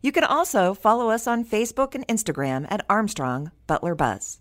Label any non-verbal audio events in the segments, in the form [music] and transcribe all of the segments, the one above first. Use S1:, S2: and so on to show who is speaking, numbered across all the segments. S1: You can also follow us on Facebook and Instagram at Armstrong Butler Buzz.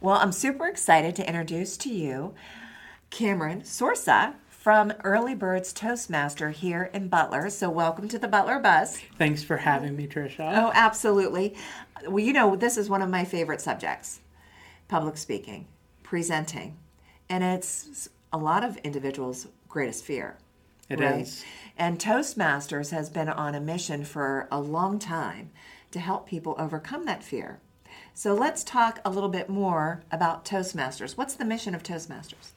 S1: Well, I'm super excited to introduce to you Cameron Sorsa from Early Birds Toastmaster here in Butler. So, welcome to the Butler Buzz.
S2: Thanks for having me, Trisha.
S1: Oh, absolutely. Well, you know, this is one of my favorite subjects public speaking, presenting, and it's a lot of individuals' greatest fear.
S2: It
S1: It
S2: is.
S1: is, And Toastmasters has been on a mission for a long time to help people overcome that fear. So let's talk a little bit more about Toastmasters. What's the mission of Toastmasters?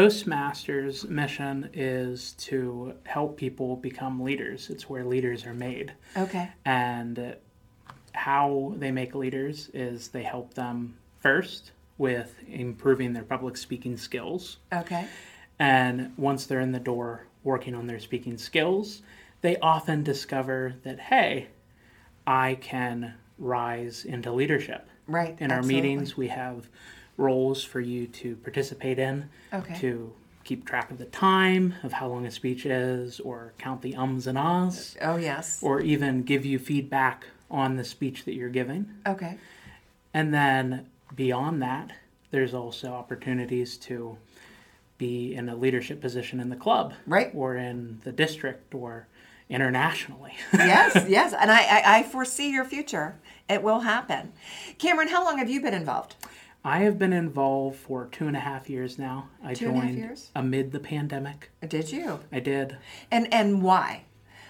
S2: Toastmasters' mission is to help people become leaders. It's where leaders are made.
S1: Okay.
S2: And how they make leaders is they help them first with improving their public speaking skills.
S1: Okay.
S2: And once they're in the door working on their speaking skills, they often discover that, hey, I can rise into leadership.
S1: Right,
S2: In our
S1: absolutely.
S2: meetings, we have roles for you to participate in
S1: Okay.
S2: to keep track of the time, of how long a speech is, or count the ums and ahs,
S1: Oh, yes.
S2: or even give you feedback on the speech that you're giving.
S1: Okay.
S2: And then beyond that, there's also opportunities to be in a leadership position in the club,
S1: Right.
S2: or in the district, or internationally. [laughs]
S1: Yes, yes. And I, I, I foresee your future. It will happen. Cameron, how long have you been involved?
S2: I have been involved for two and a half years now. I
S1: Two and
S2: joined
S1: a half years?
S2: amid the pandemic.
S1: Did you?
S2: I did.
S1: And and why?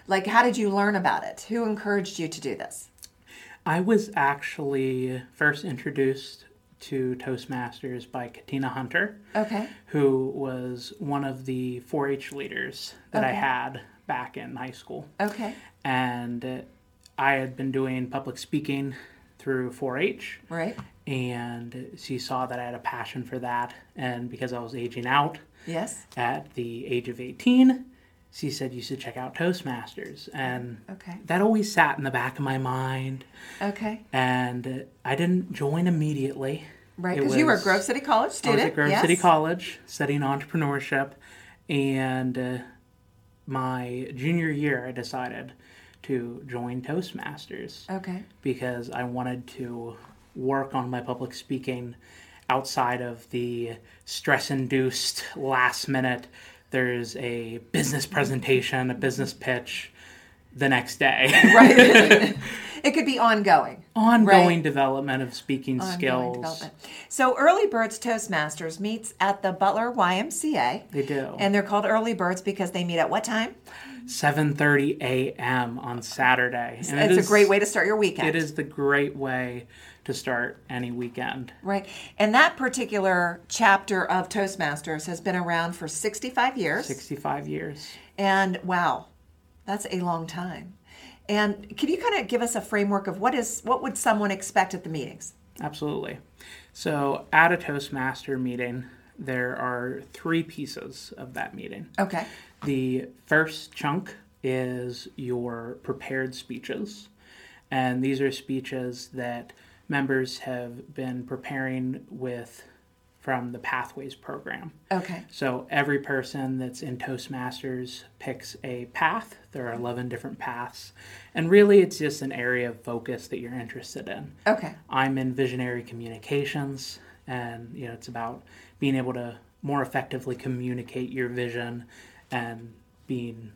S1: Like how did you learn about it? Who encouraged you to do this?
S2: I was actually first introduced to Toastmasters by Katina Hunter,
S1: Okay.
S2: who was one of the 4 H leaders that I had back in high school.
S1: Okay.
S2: and uh, I had been doing public speaking through 4-H,
S1: Right.
S2: and she saw that I had a passion for that, and because I was aging out
S1: Yes.
S2: at the age of 18, she said you should check out Toastmasters, and
S1: Okay.
S2: that always sat in the back of my mind,
S1: Okay.
S2: and uh, I didn't join immediately.
S1: Right,
S2: It
S1: because you were a
S2: was-
S1: Grove City College
S2: I
S1: student.
S2: was at Grove
S1: yes.
S2: City College studying entrepreneurship, and uh, my junior year, I decided to join Toastmasters
S1: [laughs] Okay.
S2: because I wanted to work on my public speaking outside of the stress induced last minute. There's a business presentation, a business pitch the next day.
S1: [laughs] It could be ongoing.
S2: Ongoing development of speaking
S1: Ongoing
S2: skills.
S1: development. So Early Birds Toastmasters meets at the Butler YMCA.
S2: They do.
S1: And they're called Early Birds because they meet at what time?
S2: 7:30 a.m. on Saturday. And it
S1: it's
S2: is-
S1: a great way to start your weekend.
S2: It is the great way to start any weekend.
S1: Right. And that particular chapter of Toastmasters has been around for 65 years.
S2: 65 years.
S1: And wow, that's a long time. And can you kind of give us a framework of what is what would someone expect at the meetings?
S2: Absolutely. So, at a Toastmaster meeting, there are three pieces of that meeting.
S1: Okay.
S2: The first chunk is your prepared speeches. And these are speeches that members have been preparing with from the Pathways program.
S1: Okay.
S2: So every person that's in Toastmasters picks a path. There are 11 different paths. And really, it's just an area of focus that you're interested in.
S1: Okay.
S2: I'm in visionary communications, and you know, it's about being able to more effectively communicate your vision and being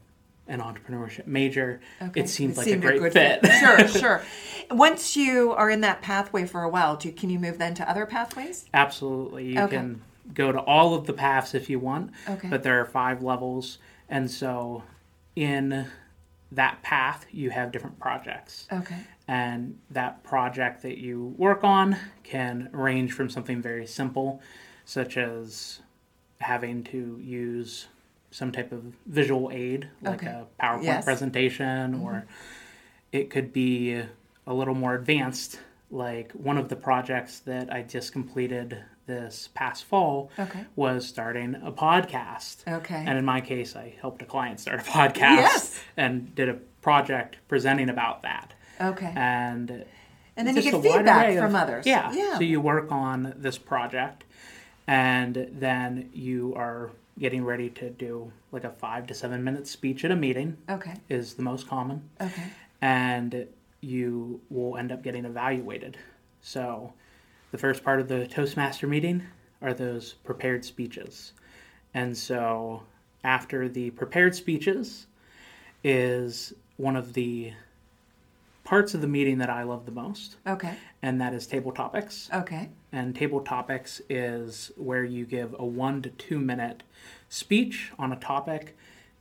S2: an entrepreneurship major. It seems like a great fit.
S1: sure, sure. Once you are in that pathway for a while, do can you move then to other pathways?
S2: [laughs] Absolutely. You
S1: Okay.
S2: can go to all of the paths if you want,
S1: Okay.
S2: but there are five levels. And so in that path, you have different projects.
S1: Okay.
S2: And that project that you work on can range from something very simple, such as having to use some type of visual aid, like
S1: Okay. Mm-hmm.
S2: a PowerPoint
S1: Yes.
S2: presentation, or it could be a little more advanced. Like one of the projects that I just completed this past fall
S1: Okay.
S2: was starting a podcast.
S1: Okay.
S2: And in my case, I helped a client start a [laughs] podcast
S1: Yes.
S2: and did a project presenting about that.
S1: Okay.
S2: Uh, And
S1: And then you
S2: just
S1: get
S2: a wide
S1: feedback
S2: array of-
S1: from others.
S2: Yeah.
S1: Yeah.
S2: So you work on this project and then you are getting ready to do like a five to seven minute speech at a meeting
S1: Okay.
S2: is the most common.
S1: Okay.
S2: And you will end up getting evaluated. So the first part of the Toastmaster meeting are those prepared speeches. And so after the prepared speeches is one of the parts of the meeting that I love the most,
S1: Okay.
S2: and that is table topics.
S1: Okay.
S2: And table topics is where you give a one to two minute speech on a topic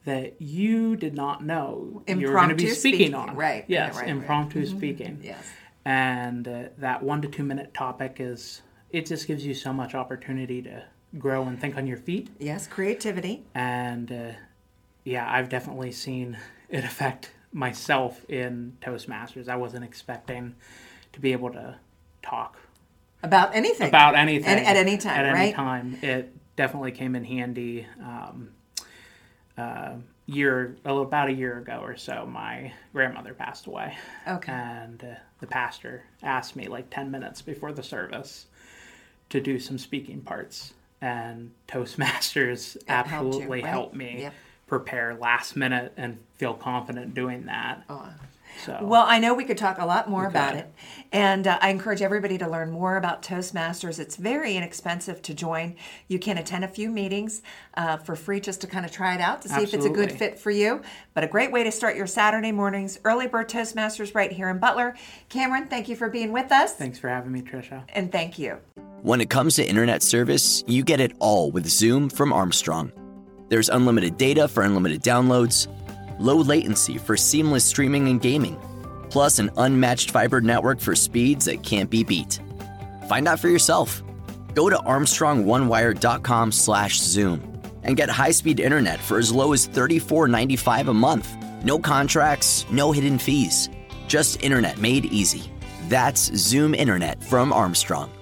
S2: that you did not know you were going to be
S1: Impromptu
S2: speaking,
S1: speaking,
S2: on.
S1: right,
S2: Yes,
S1: right, right, right.
S2: impromptu speaking.
S1: Yes.
S2: And uh, that one to two minute topic is, it just gives you so much opportunity to grow and think on your feet.
S1: Yes. Creativity.
S2: And uh, yeah, I've definitely seen it affect myself in Toastmasters. I wasn't expecting to be able to talk
S1: About anything.
S2: about anything
S1: And at any time,
S2: At any
S1: right?
S2: time, it definitely came in handy. Um, uh, year a little- about a year ago or so, my grandmother passed away.
S1: Okay.
S2: and uh, the pastor asked me like ten minutes before the service to do some speaking parts, and Toastmasters
S1: helped you,
S2: absolutely
S1: right?
S2: helped me.
S1: Yep.
S2: Prepare last minute and feel confident doing that. So
S1: Well, I know we could talk a lot more about it. And uh, I encourage everybody to learn more about Toastmasters. It's very inexpensive to join. You can attend a few meetings uh, for free just to kind of try it out to see if it's a good
S2: Absolutely.
S1: fit for you. But a great way to start your Saturday mornings, early bird Toastmasters right here in Butler. Cameron, thank you for being with us.
S2: thanks for having me, Trisha.
S1: and thank you.
S3: When it comes to internet service, you get it all with Zoom from Armstrong. There's unlimited data for unlimited downloads, low latency for seamless streaming and gaming, plus an unmatched fiber network for speeds that can't be beat. Find out for yourself. Go to armstrongonewire.com/zoom and get high-speed internet for as low as $34.95 a month. No contracts, no hidden fees. Just internet made easy. That's Zoom internet from Armstrong.